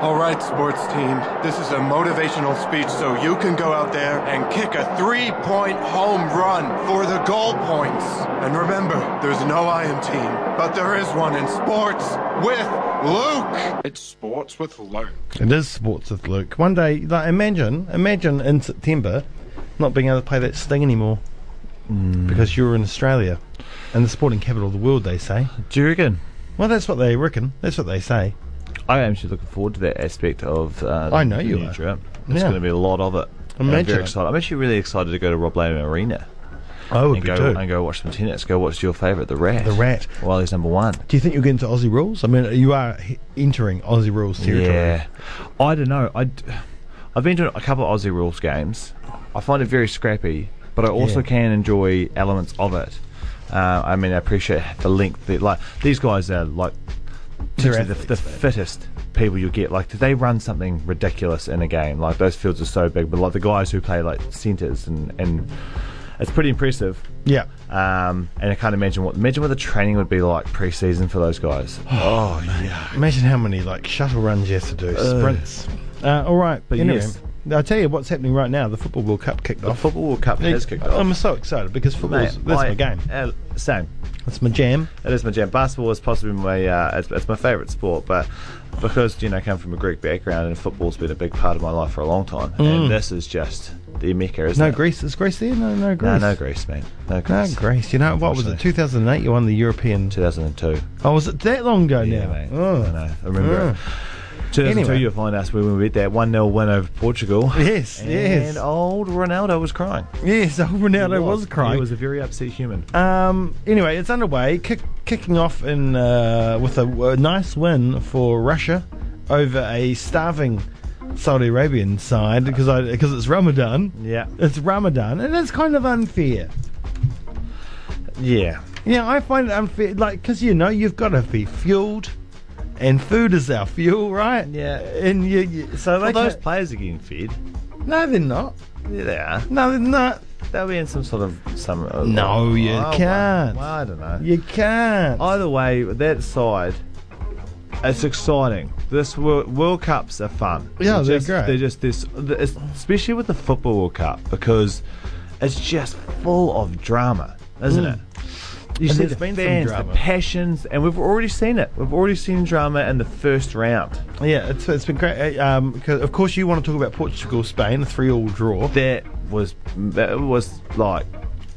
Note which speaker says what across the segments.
Speaker 1: All right, sports team, this is a motivational speech so you can go out there and kick a three point home run for the goal points. And remember, there's no I in team, but there is one in sports with Luke. It's sports with Luke.
Speaker 2: It is sports with Luke. One day, like imagine, imagine in September, not being able to play that sting anymore
Speaker 3: Mm.
Speaker 2: because you were in Australia, and the sporting capital of the world. They say.
Speaker 3: Do you reckon?
Speaker 2: Well, that's what they reckon. That's what they say.
Speaker 3: I am actually looking forward to that aspect of. Uh,
Speaker 2: I know
Speaker 3: the
Speaker 2: you
Speaker 3: new
Speaker 2: are.
Speaker 3: Trip. There's
Speaker 2: Yeah.
Speaker 3: going to be a lot of it. And I'm
Speaker 2: Imagine
Speaker 3: very
Speaker 2: it.
Speaker 3: excited. I'm actually really excited to go to Rob Lane Arena
Speaker 2: I would
Speaker 3: and
Speaker 2: be
Speaker 3: go
Speaker 2: too.
Speaker 3: and go watch some tennis. Go watch your favourite, the Rat.
Speaker 2: The Rat.
Speaker 3: While he's number one.
Speaker 2: Do you think you'll get into Aussie rules? I mean, you are he- entering Aussie rules territory.
Speaker 3: Yeah, I don't know. I have been to a couple of Aussie rules games. I find it very scrappy, but I also
Speaker 2: Yeah.
Speaker 3: can enjoy elements of it. Uh, I mean, I appreciate the length. That, like these guys are like
Speaker 2: They're
Speaker 3: literally the, the
Speaker 2: athletes,
Speaker 3: fittest people you get. Like they run something ridiculous in a game. Like those fields are so big, but like the guys who play like centers and and it's pretty impressive.
Speaker 2: Yeah.
Speaker 3: Um, and I can't imagine what imagine what the training would be like pre-season for those guys.
Speaker 2: Oh yeah. Imagine how many like shuttle runs you have to do, sprints. Uh, all right, but anyway,
Speaker 3: yes.
Speaker 2: I tell you what's happening right now. The football World Cup kicked
Speaker 3: The
Speaker 2: off.
Speaker 3: Football World Cup has kicked off.
Speaker 2: I'm so excited because football's
Speaker 3: Mate,
Speaker 2: that's
Speaker 3: I-
Speaker 2: my game.
Speaker 3: Uh, same.
Speaker 2: That's my jam.
Speaker 3: It is my jam. Basketball is possibly my uh, it's, it's my favourite sport, but because you know I come from a Greek background and football's been a big part of my life for a long time, and this is just the mecca, isn't
Speaker 2: Mm. No
Speaker 3: it?
Speaker 2: Greece. Is Greece there? No, no
Speaker 3: No,
Speaker 2: Greece.
Speaker 3: no Greece, man. No
Speaker 2: No
Speaker 3: Greece.
Speaker 2: Greece. You know what was it?
Speaker 3: Unfortunately.
Speaker 2: 2008. You won the European.
Speaker 3: 2002.
Speaker 2: Oh, was it that long ago
Speaker 3: Yeah,
Speaker 2: now?
Speaker 3: mate.
Speaker 2: Oh.
Speaker 3: I know. I remember. it. 2002,
Speaker 2: Anyway.
Speaker 3: you'll find us when we beat that 1 0 win over Portugal.
Speaker 2: Yes,
Speaker 3: and
Speaker 2: yes.
Speaker 3: old Ronaldo was crying.
Speaker 2: Yes, old Ronaldo was, crying.
Speaker 3: He was a very upset human.
Speaker 2: Um, anyway, it's underway. Kick, kicking off in uh, with a, a nice win for Russia over a starving Saudi Arabian side because I because it's Ramadan.
Speaker 3: Yeah.
Speaker 2: It's Ramadan, and it's kind of unfair.
Speaker 3: Yeah.
Speaker 2: Yeah, I find it unfair, like because you know you've got to be fueled, and food is our fuel, right?
Speaker 3: Yeah.
Speaker 2: and you, you so
Speaker 3: Well,
Speaker 2: they
Speaker 3: those
Speaker 2: can't-
Speaker 3: players are getting fed.
Speaker 2: no, they're not.
Speaker 3: Yeah, they are.
Speaker 2: No, they're not.
Speaker 3: They'll be in some sort of some.
Speaker 2: No, you
Speaker 3: well,
Speaker 2: can't.
Speaker 3: Well, I don't know.
Speaker 2: You can't.
Speaker 3: Either way, that side, it's exciting. This World, World Cups are fun.
Speaker 2: Yeah, they're
Speaker 3: just,
Speaker 2: great.
Speaker 3: They're just this, it's- especially with the football World Cup because it's just full of drama, isn't it? You see
Speaker 2: there's
Speaker 3: the
Speaker 2: Mm. been some
Speaker 3: fans, the
Speaker 2: drama.
Speaker 3: passions, and we've already seen it. We've already seen drama in the first round.
Speaker 2: Yeah, it's, it's been great. Uh, Um, 'cause of course, you want to talk about Portugal, Spain, a three-all draw.
Speaker 3: That was that was like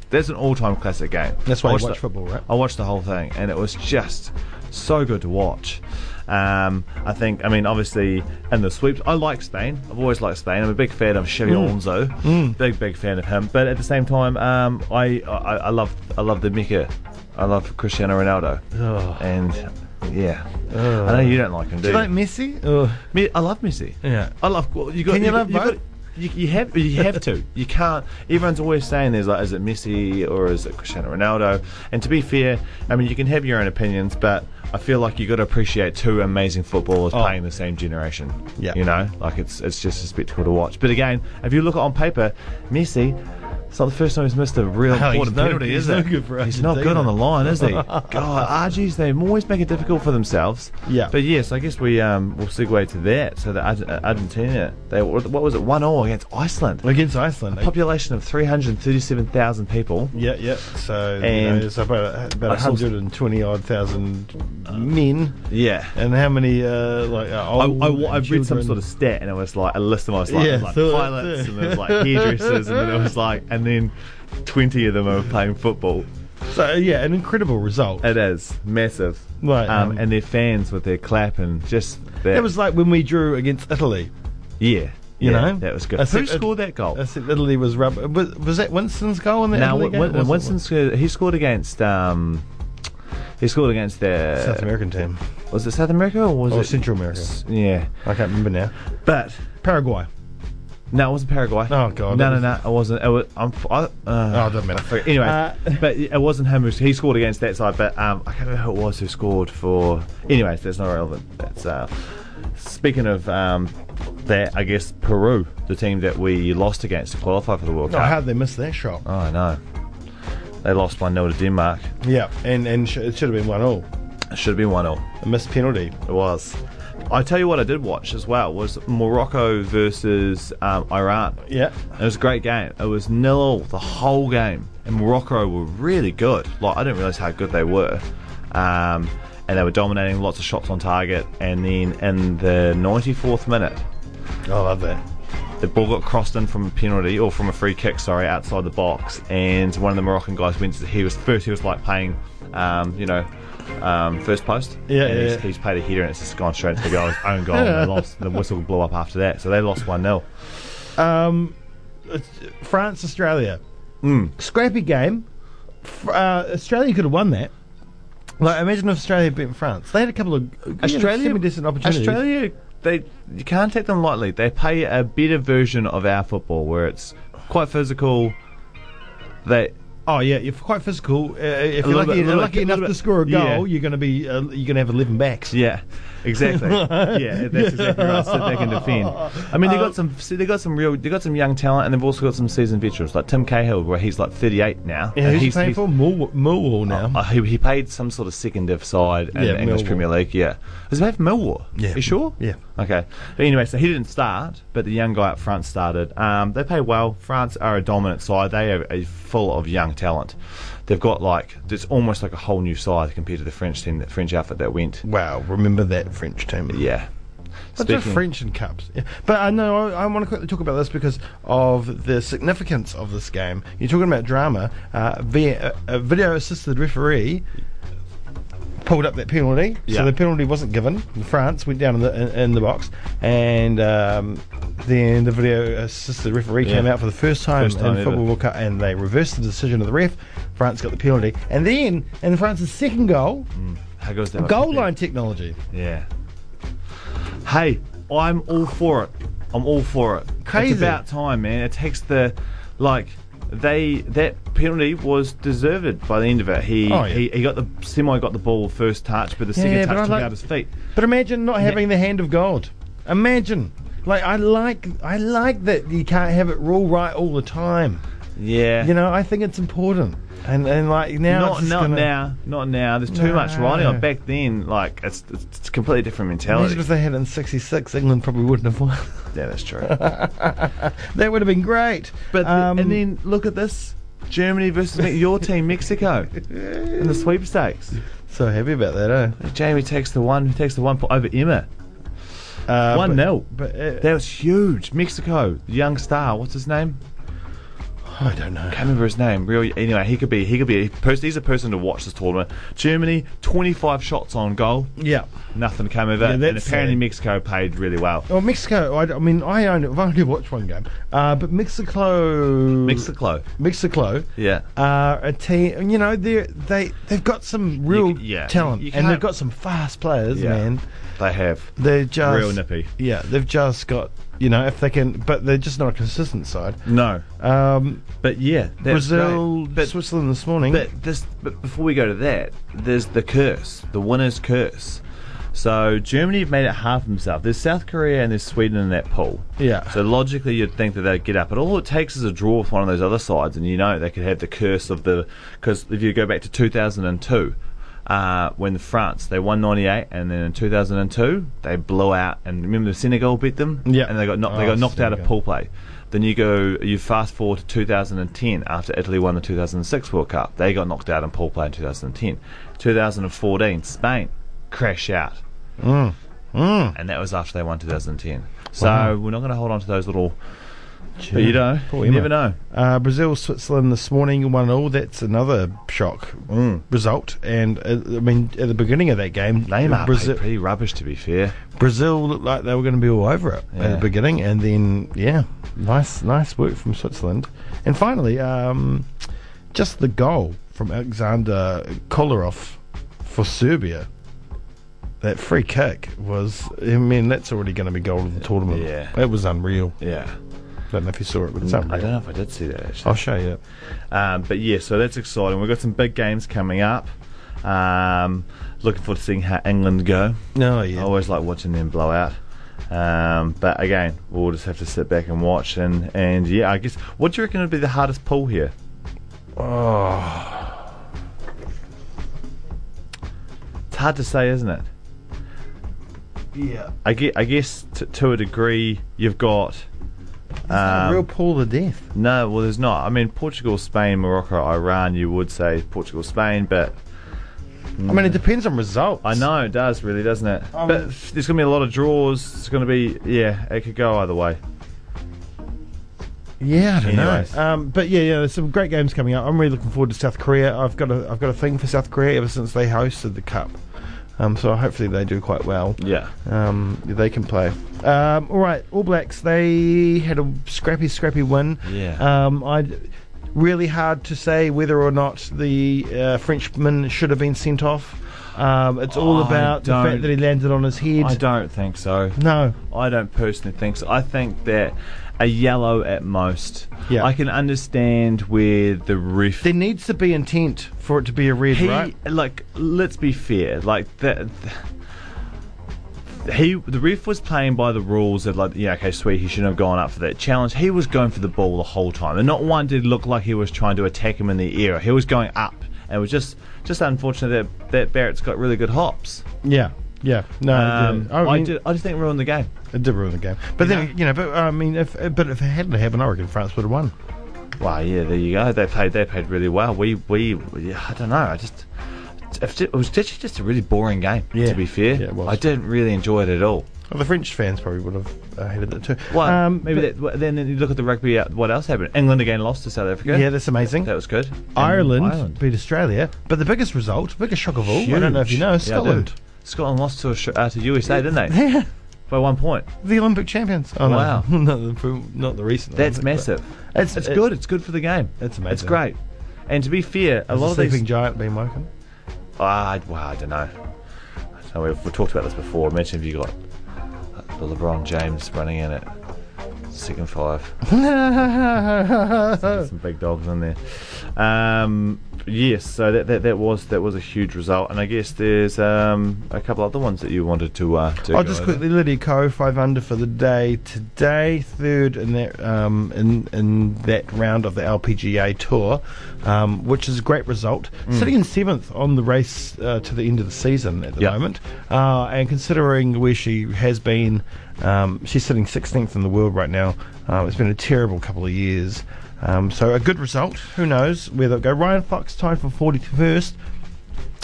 Speaker 3: that's an all-time classic game.
Speaker 2: That's why
Speaker 3: I
Speaker 2: you
Speaker 3: watched
Speaker 2: watch
Speaker 3: the-
Speaker 2: football, right?
Speaker 3: I watched the whole thing, and it was just so good to watch. Um, I think, I mean, obviously, in the sweeps, I like Spain. I've always liked Spain. I'm a big fan of
Speaker 2: Mm.
Speaker 3: Xavi Alonso, big big fan of him. But at the same time, um, I, I I love I love the Mecca. I love Cristiano Ronaldo,
Speaker 2: Ugh.
Speaker 3: and yeah, I know you don't like him, do
Speaker 2: Do
Speaker 3: you?
Speaker 2: you like Messi? Ugh.
Speaker 3: Me- I love Messi.
Speaker 2: Yeah.
Speaker 3: I love. Well, you got,
Speaker 2: Can you love
Speaker 3: got-
Speaker 2: both?
Speaker 3: You, you have you have to. You can't. Everyone's always saying there's like, is it Messi or is it Cristiano Ronaldo? And to be fair, I mean you can have your own opinions, but I feel like you got to appreciate two amazing footballers
Speaker 2: Oh.
Speaker 3: playing the same generation.
Speaker 2: Yeah.
Speaker 3: you know, like it's it's just a spectacle to watch. But again, if you look on paper, Messi, it's not the first time he's missed a real
Speaker 2: he's
Speaker 3: important
Speaker 2: no-
Speaker 3: penalty,
Speaker 2: he's
Speaker 3: is
Speaker 2: no
Speaker 3: it?
Speaker 2: good for
Speaker 3: he's not good
Speaker 2: Argentina.
Speaker 3: on the line, is he? God, RGs they always make it difficult for themselves.
Speaker 2: Yeah.
Speaker 3: but yes, I guess we um, will segue to that. So that Ar- uh, Argentina, they what was it, one all against Iceland?
Speaker 2: Against Iceland. eh?
Speaker 3: Population of three hundred thirty-seven thousand people.
Speaker 2: yeah, yeah. So you
Speaker 3: And-
Speaker 2: know, it's about about
Speaker 3: I saw-
Speaker 2: 120 odd thousand men,
Speaker 3: Yeah.
Speaker 2: and how many uh, like uh,
Speaker 3: I,
Speaker 2: old? and
Speaker 3: I, have read some
Speaker 2: children?
Speaker 3: sort of stat, and it was like a list of them. I was like,
Speaker 2: Yeah,
Speaker 3: it was like
Speaker 2: so that's
Speaker 3: pilots,
Speaker 2: it.
Speaker 3: and it was like hairdressers, and then it was like, and then twenty of them are playing football.
Speaker 2: So yeah, an incredible result.
Speaker 3: It is massive,
Speaker 2: Right,
Speaker 3: Um,
Speaker 2: um,
Speaker 3: and their fans with their clap and just that.
Speaker 2: it was like when we drew against Italy.
Speaker 3: yeah,
Speaker 2: You
Speaker 3: yeah,
Speaker 2: know,
Speaker 3: that was good.
Speaker 2: I
Speaker 3: Who
Speaker 2: said-
Speaker 3: scored that goal?
Speaker 2: I said Italy was rubber. Was, was that Winston's goal in the
Speaker 3: Now,
Speaker 2: Italy
Speaker 3: Win-
Speaker 2: game? It
Speaker 3: Win-
Speaker 2: wasn't
Speaker 3: Winston scored, he scored against um, he scored against the
Speaker 2: South American team
Speaker 3: uh, Was it South America or was
Speaker 2: or
Speaker 3: it
Speaker 2: Central America.
Speaker 3: Yeah,
Speaker 2: I can't remember now.
Speaker 3: but
Speaker 2: Paraguay.
Speaker 3: no, it wasn't Paraguay.
Speaker 2: Oh, God,
Speaker 3: no,
Speaker 2: that
Speaker 3: no,
Speaker 2: was-
Speaker 3: no, it wasn't. It was, I'm, f- I,
Speaker 2: Oh,
Speaker 3: uh,
Speaker 2: it doesn't matter.
Speaker 3: okay, anyway,
Speaker 2: Uh,
Speaker 3: but it wasn't him. Who, he scored against that side, but um, I can't remember who it was who scored for. Anyways, that's not relevant. That's uh, speaking of um, that. I guess Peru, the team that we lost against to qualify for the World
Speaker 2: Oh,
Speaker 3: Cup.
Speaker 2: how did they miss that shot?
Speaker 3: Oh, I know. They lost 1 0 to Denmark.
Speaker 2: Yeah, and and sh- it should have been one all.
Speaker 3: It should be 1 0.
Speaker 2: A missed penalty.
Speaker 3: It was. I tell you what, I did watch as well was Morocco versus um, Iran.
Speaker 2: Yeah.
Speaker 3: It was a great game. It was nil all the whole game, and Morocco were really good. Like I didn't realize how good they were, um, and they were dominating lots of shots on target. And then in the 94th minute,
Speaker 2: I love that.
Speaker 3: the ball got crossed in from a penalty or from a free kick, sorry, outside the box, and one of the Moroccan guys went. To, he was first. He was like playing, um, you know, um, first post.
Speaker 2: Yeah,
Speaker 3: and
Speaker 2: yeah,
Speaker 3: he's,
Speaker 2: yeah.
Speaker 3: he's played a header, and it's just gone straight into the goal's own goal. and they lost. The whistle blew up after that, so they lost one 0
Speaker 2: Um, it's- France Australia. Hmm. Scrappy game. F- Uh, Australia could have won that. Like imagine if Australia had beaten France. They had a couple of
Speaker 3: Australia-
Speaker 2: semi decent opportunities.
Speaker 3: Australia, they you can't take them lightly. They play a better version of our football, where it's quite physical. They
Speaker 2: Oh yeah, you're quite physical. Uh, if you're
Speaker 3: little
Speaker 2: lucky,
Speaker 3: bit- little
Speaker 2: lucky
Speaker 3: bit-
Speaker 2: enough
Speaker 3: little
Speaker 2: to
Speaker 3: bit-
Speaker 2: score a goal,
Speaker 3: yeah.
Speaker 2: you're going to be uh, you're going to have eleven backs.
Speaker 3: Yeah, exactly. yeah, that's exactly right. So they can defend. I mean, they got
Speaker 2: Um,
Speaker 3: some. see, They got some real. They got some young talent, and they've also got some seasoned veterans like Tim Cahill, where he's like 38 now.
Speaker 2: Yeah,
Speaker 3: and
Speaker 2: who's he
Speaker 3: he's
Speaker 2: playing
Speaker 3: he's-
Speaker 2: for? Millwall, Millwall now.
Speaker 3: uh, he, he played some sort of second div side in
Speaker 2: Yeah,
Speaker 3: the English
Speaker 2: Millwall.
Speaker 3: Premier League. Yeah, was he played for Millwall?
Speaker 2: Yeah.
Speaker 3: you sure?
Speaker 2: Yeah.
Speaker 3: Okay. But anyway, so he didn't start, but the young guy up front started. Um, they play well. France are a dominant side. They are, are full of young talent. They've got like it's almost like a whole new side compared to the French team, the French outfit that went.
Speaker 2: wow, remember that French team?
Speaker 3: Yeah.
Speaker 2: But they're
Speaker 3: Speaking-
Speaker 2: French and cups. Yeah. But I know I, I want to quickly talk about this because of the significance of this game. You're talking about drama. Uh, via, a, a video assisted referee pulled up that penalty,
Speaker 3: Yeah.
Speaker 2: so the penalty wasn't given. France went down in the in, in the box, and um, then the video assisted referee came
Speaker 3: Yeah.
Speaker 2: out for the first time
Speaker 3: First time
Speaker 2: in
Speaker 3: ever.
Speaker 2: football World Cup, and they reversed the decision of the ref. France got the penalty, and then in France's second goal,
Speaker 3: How goes that?
Speaker 2: goal line technology.
Speaker 3: Yeah. Hey, I'm all for it. I'm all for it.
Speaker 2: Crazy.
Speaker 3: It's about time, man. It takes the like they that penalty was deserved by the end of it. He
Speaker 2: Oh, yeah.
Speaker 3: he, he got the semi got the ball first touch, but the second
Speaker 2: Yeah, but
Speaker 3: touch
Speaker 2: I
Speaker 3: took
Speaker 2: like-
Speaker 3: out his feet.
Speaker 2: But imagine not having the hand of God. Imagine. Like I like I like that you can't have it rule right all the time.
Speaker 3: Yeah.
Speaker 2: You know, I think it's important. And and like now it's
Speaker 3: not
Speaker 2: just
Speaker 3: not
Speaker 2: gonna-
Speaker 3: now, not now. There's too much
Speaker 2: No.
Speaker 3: riding on. Back then, like it's it's, it's a completely different mentality.
Speaker 2: Imagine if they had it in '66, England probably wouldn't have won.
Speaker 3: yeah, that's true.
Speaker 2: that would have been great.
Speaker 3: But th-
Speaker 2: Um,
Speaker 3: and then look at this: Germany versus me- your team, Mexico, in the sweepstakes.
Speaker 2: so happy about that, eh?
Speaker 3: Jamie takes the one. He takes the one po- over Emma.
Speaker 2: Uh,
Speaker 3: One
Speaker 2: but-
Speaker 3: nil.
Speaker 2: But uh,
Speaker 3: That was huge. Mexico, young star. What's his name?
Speaker 2: I don't know.
Speaker 3: Can't remember his name. Real. Anyway, he could be. He could be. A person, he's a person to watch this tournament. Germany, 25 shots on goal.
Speaker 2: Yeah.
Speaker 3: Nothing came of it.
Speaker 2: Yeah,
Speaker 3: and
Speaker 2: that's
Speaker 3: apparently
Speaker 2: sad.
Speaker 3: Mexico played really well.
Speaker 2: Well, Mexico. I, I mean, I only, I've only watched one game, uh, but Mexico.
Speaker 3: Mexico.
Speaker 2: Mexico.
Speaker 3: Yeah.
Speaker 2: are uh, a team. You know, they they they've got some real
Speaker 3: c- yeah.
Speaker 2: talent,
Speaker 3: You- you
Speaker 2: and they've
Speaker 3: can't-
Speaker 2: got some fast players,
Speaker 3: Yeah.
Speaker 2: man.
Speaker 3: They have.
Speaker 2: They're just
Speaker 3: Real nippy.
Speaker 2: Yeah, they've just got you know if they can, but they're just not a consistent side.
Speaker 3: No.
Speaker 2: Um,
Speaker 3: But yeah, that's
Speaker 2: Brazil,
Speaker 3: great. But
Speaker 2: Switzerland this morning.
Speaker 3: But this, but before we go to that, there's the curse, the winner's curse. So Germany have made it hard for themselves. There's South Korea and there's Sweden in that pool.
Speaker 2: Yeah.
Speaker 3: So logically, you'd think that they'd get up, but all it takes is a draw with one of those other sides, and you know they could have the curse of the. Because if you go back to 2002. Uh, when France they won 98 and then in 2002 they blew out and remember Senegal beat them
Speaker 2: Yeah.
Speaker 3: and they got knocked they
Speaker 2: Oh,
Speaker 3: got knocked out of
Speaker 2: Senegal.
Speaker 3: pool play. Then you go, you fast forward to 2010 after Italy won the 2006 World Cup. They got knocked out in pool play in 2010. 2014, Spain crash out. Mm. And that was after they won 2010. So we're not going to hold on to those little. But you know,
Speaker 2: Poor
Speaker 3: you
Speaker 2: Emma.
Speaker 3: never know.
Speaker 2: Uh, Brazil, Switzerland this morning, one all. That's another shock
Speaker 3: Mm.
Speaker 2: result. And uh, I mean, at the beginning of that game,
Speaker 3: Neymar
Speaker 2: Brazil,
Speaker 3: played pretty rubbish, to be fair.
Speaker 2: Brazil looked like they were going to be all over it at
Speaker 3: Yeah.
Speaker 2: the beginning, and then yeah, nice nice work from Switzerland, and finally, um, just the goal from Alexander Kolarov for Serbia. That free kick was, I mean, that's already going to be goal of the tournament.
Speaker 3: Yeah.
Speaker 2: it was unreal.
Speaker 3: Yeah.
Speaker 2: I don't know if you saw it, but it's
Speaker 3: I don't
Speaker 2: unreal.
Speaker 3: know if I did see that actually.
Speaker 2: I'll show you.
Speaker 3: Um, but yeah, so that's exciting. We've got some big games coming up. Um, looking forward to seeing how England go.
Speaker 2: No,
Speaker 3: I
Speaker 2: yeah.
Speaker 3: always like watching them blow out. Um, but again, we'll just have to sit back and watch. And, and yeah, I guess what do you reckon would be the hardest pull here? Oh, it's hard to say, isn't it?
Speaker 2: Yeah.
Speaker 3: I guess, I guess t- to a degree, you've got.
Speaker 2: a
Speaker 3: Um,
Speaker 2: real pool of death.
Speaker 3: no, well, there's not. I mean, Portugal, Spain, Morocco, Iran, you would say Portugal, Spain, but
Speaker 2: I mean, it depends on results.
Speaker 3: Mm. I know it does, really, doesn't it?
Speaker 2: Um,
Speaker 3: but f- there's going to be a lot of draws. It's going to be, yeah, it could go either way.
Speaker 2: Yeah, I don't
Speaker 3: Anyways.
Speaker 2: know. Um, but yeah, yeah, there's some great games coming up. I'm really looking forward to South Korea. I've got a I've got a thing for South Korea ever since they hosted the cup. Um, so hopefully they do quite well.
Speaker 3: Yeah.
Speaker 2: Um, they can play. Um, all right, All Blacks. They had a scrappy, scrappy win.
Speaker 3: Yeah.
Speaker 2: Um, I really hard to say whether or not the uh, Frenchman should have been sent off. Um, it's all
Speaker 3: I
Speaker 2: about the
Speaker 3: don't-
Speaker 2: fact that he landed on his head.
Speaker 3: I don't think so.
Speaker 2: No.
Speaker 3: I don't personally think so. I think that a yellow at most.
Speaker 2: Yeah.
Speaker 3: I can understand where the ref
Speaker 2: There needs to be intent for it to be a red,
Speaker 3: he
Speaker 2: right?
Speaker 3: like let's be fair like that he the ref was playing by the rules of like yeah okay sweet he shouldn't have gone up for that challenge he was going for the ball the whole time and not one did look like he was trying to attack him in the air he was going up and it was just just unfortunate that that Barrett's got really good hops
Speaker 2: Yeah. Yeah. No.
Speaker 3: um,
Speaker 2: I,
Speaker 3: I,
Speaker 2: mean,
Speaker 3: did, I just think ruined the game
Speaker 2: It did ruin the game. But then you know, but I mean, if but if it hadn't happened, I reckon France would have won.
Speaker 3: Well, yeah, there you go. They played. They played really well. We, we, yeah, I don't know. I just, if it was actually just a really boring game.
Speaker 2: Yeah.
Speaker 3: To be fair,
Speaker 2: Yeah, it was.
Speaker 3: I didn't really enjoy it at all.
Speaker 2: Well, the French fans probably would have uh, hated it too.
Speaker 3: Well,
Speaker 2: Um,
Speaker 3: maybe
Speaker 2: but-
Speaker 3: that, well, then you look at the rugby. uh, What else happened? England again lost to South Africa.
Speaker 2: Yeah, that's amazing.
Speaker 3: that was good. And
Speaker 2: Ireland, beat Australia, but the biggest result, biggest shock of all, I don't know if you
Speaker 3: Huge.
Speaker 2: know,
Speaker 3: Yeah, I
Speaker 2: Scotland,
Speaker 3: do. Scotland lost to Aus- uh, to USA, didn't they?
Speaker 2: yeah,
Speaker 3: By one point.
Speaker 2: the Olympic champions. Oh, no.
Speaker 3: Wow.
Speaker 2: not the not the recent.
Speaker 3: That's
Speaker 2: Olympic,
Speaker 3: massive.
Speaker 2: but-
Speaker 3: It's, it's
Speaker 2: it-
Speaker 3: good. It's good for the game.
Speaker 2: It's
Speaker 3: It's
Speaker 2: amazing.
Speaker 3: great. And to be fair, a
Speaker 2: Has
Speaker 3: lot
Speaker 2: the
Speaker 3: of these
Speaker 2: sleeping giant being woken.
Speaker 3: Ah, I- well, I don't know. I don't know. We've, we've talked about this before. Imagine if you got uh, the LeBron James running in it. Second five. There's some big dogs in there. Um, yes, so that, that that was that was a huge result, and I guess there's um, a couple other ones that you wanted to. Uh, to
Speaker 2: I'll
Speaker 3: go
Speaker 2: just
Speaker 3: over.
Speaker 2: quickly Lydia Ko five under for the day today, third in that um, in in that round of the LPGA tour, um, which is a great result. Sitting in seventh on the race uh, to the end of the season at the
Speaker 3: Yep.
Speaker 2: moment, uh, and considering where she has been, um, she's sitting sixteenth in the world right now. Um, it's been a terrible couple of years. Um, so a good result. Who knows where they'll go? Ryan Fox tied for forty first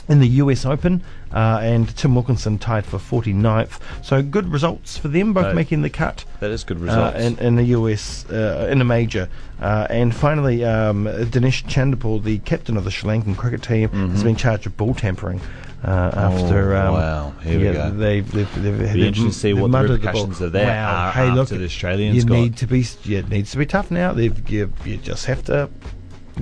Speaker 2: in the US Open, uh, and Tim Wilkinson tied for 49th. So good results for them, both
Speaker 3: Right.
Speaker 2: making the cut.
Speaker 3: That is good
Speaker 2: Uh,
Speaker 3: results.
Speaker 2: in, in the US, uh, in a major. Uh, and finally, um, Dinesh Chandapal, the captain of the Sri Lankan cricket team,
Speaker 3: Mm-hmm.
Speaker 2: has been charged with ball tampering uh, after. Um,
Speaker 3: Oh, wow. Here we
Speaker 2: yeah,
Speaker 3: go.
Speaker 2: They've, they've, they've, they've
Speaker 3: Be interesting to see
Speaker 2: they've
Speaker 3: what the
Speaker 2: muddled ball.
Speaker 3: repercussions of that
Speaker 2: wow.
Speaker 3: are
Speaker 2: hey, look,
Speaker 3: after the Australians
Speaker 2: you
Speaker 3: got-
Speaker 2: need to be, yeah, it needs to be tough now. They've, you, you just have to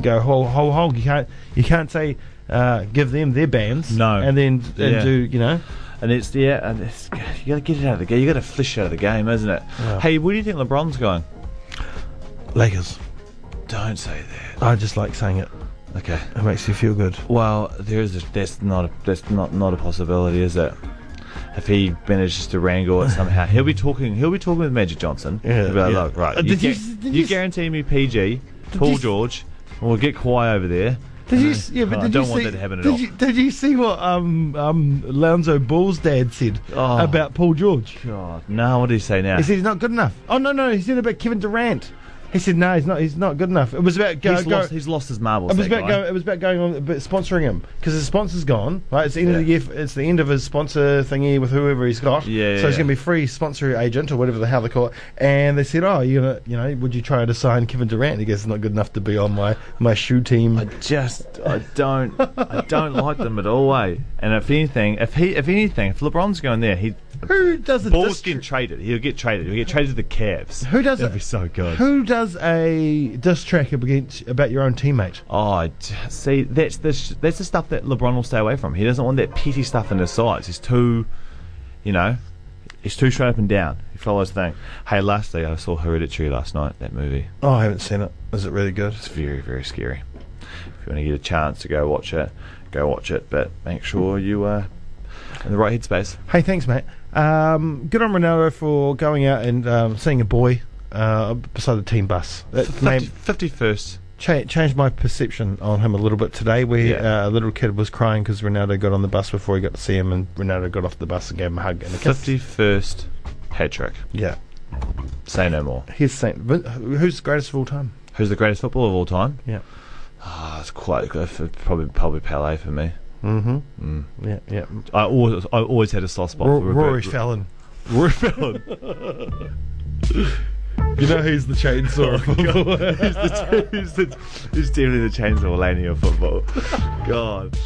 Speaker 2: go whole whole hog. You can't you can't say uh, give them their bans.
Speaker 3: No.
Speaker 2: and then and
Speaker 3: Yeah.
Speaker 2: do you know?
Speaker 3: and it's yeah, and it's, you got to get it out of the game. You got to flesh out of the game, isn't it?
Speaker 2: Yeah.
Speaker 3: Hey, where do you think LeBron's going?
Speaker 2: Lakers.
Speaker 3: Don't say that.
Speaker 2: I just like saying it.
Speaker 3: Okay.
Speaker 2: It makes you feel good.
Speaker 3: Well, there is a, that's not a, that's not not a possibility, is it? If he manages to wrangle it somehow, he'll be talking. He'll be talking with Magic Johnson.
Speaker 2: Yeah,
Speaker 3: He'll be like,
Speaker 2: yeah.
Speaker 3: "Look, right.
Speaker 2: Uh,
Speaker 3: you,
Speaker 2: did you
Speaker 3: gu-
Speaker 2: s- did
Speaker 3: you
Speaker 2: you s-
Speaker 3: guarantee me PG, Paul
Speaker 2: you s-
Speaker 3: George, and we'll get Kawhi over there.
Speaker 2: Did you? s- Yeah,
Speaker 3: Oh,
Speaker 2: but
Speaker 3: I
Speaker 2: did
Speaker 3: don't
Speaker 2: you
Speaker 3: want
Speaker 2: see,
Speaker 3: that to happen at
Speaker 2: did
Speaker 3: all.
Speaker 2: You, did you see what um um Lonzo Ball's dad said
Speaker 3: Oh.
Speaker 2: about Paul George?
Speaker 3: God, no. What do you say now?
Speaker 2: He said he's not good enough. Oh no no, he said about Kevin Durant. He said no, he's not. He's not good enough. It was about go,
Speaker 3: he's,
Speaker 2: go-
Speaker 3: lost, he's lost his marbles.
Speaker 2: It was
Speaker 3: that
Speaker 2: about
Speaker 3: guy.
Speaker 2: going. It was about going on, but sponsoring him because his sponsor's gone. Right, it's the end of the
Speaker 3: Yeah.
Speaker 2: year. It's the end of his sponsor thingy with whoever he's got.
Speaker 3: Yeah,
Speaker 2: So he's
Speaker 3: yeah.
Speaker 2: going to be free sponsor agent or whatever the hell they call it. And they said, "Oh, you know, you know, would you try to sign Kevin Durant?" He goes, "It's not good enough to be on my my shoe team."
Speaker 3: I just I don't I don't like them at all. Eh? And if anything, if he if anything, if LeBron's going there, he
Speaker 2: who does a
Speaker 3: balls
Speaker 2: distri-
Speaker 3: getting traded. He'll get traded. He'll get traded to the Cavs.
Speaker 2: Who does
Speaker 3: That'd
Speaker 2: it-
Speaker 3: be so good.
Speaker 2: who does a diss track against about your own teammate?
Speaker 3: Oh, I d- see, that's the sh- that's the stuff that LeBron will stay away from. He doesn't want that petty stuff in his sides. He's too, you know, he's too straight up and down. He follows the thing. Hey, lastly, I saw Hereditary last night. That movie.
Speaker 2: Oh, I haven't seen it. Is it really good?
Speaker 3: It's very very scary. If you want to get a chance to go watch it, go watch it. But make sure you are in the right headspace.
Speaker 2: Hey, thanks, mate. Um, good on Ronaldo for going out and um, seeing a boy uh, beside the team bus. That made-
Speaker 3: Fifty first
Speaker 2: cha- changed my perception on him a little bit today. Where
Speaker 3: Yeah.
Speaker 2: uh, a little kid was crying because Ronaldo got on the bus before he got to see him, and Ronaldo got off the bus and gave him a hug and a kiss.
Speaker 3: Fifty-first hat trick.
Speaker 2: Yeah,
Speaker 3: Say no more.
Speaker 2: he's Saint. Vin- Who's the greatest of all time?
Speaker 3: Who's the greatest footballer of all time?
Speaker 2: Yeah.
Speaker 3: Ah, it's quite good. for- Probably probably Pele for me.
Speaker 2: Yeah, yeah.
Speaker 3: I always I always had a soft spot
Speaker 2: R-
Speaker 3: for
Speaker 2: Rory
Speaker 3: Roberto-
Speaker 2: Fallon.
Speaker 3: Rory Fallon.
Speaker 2: You know he's the chainsaw.
Speaker 3: Oh, he's, the, he's, the, he's definitely the chainsaw lady of football. God.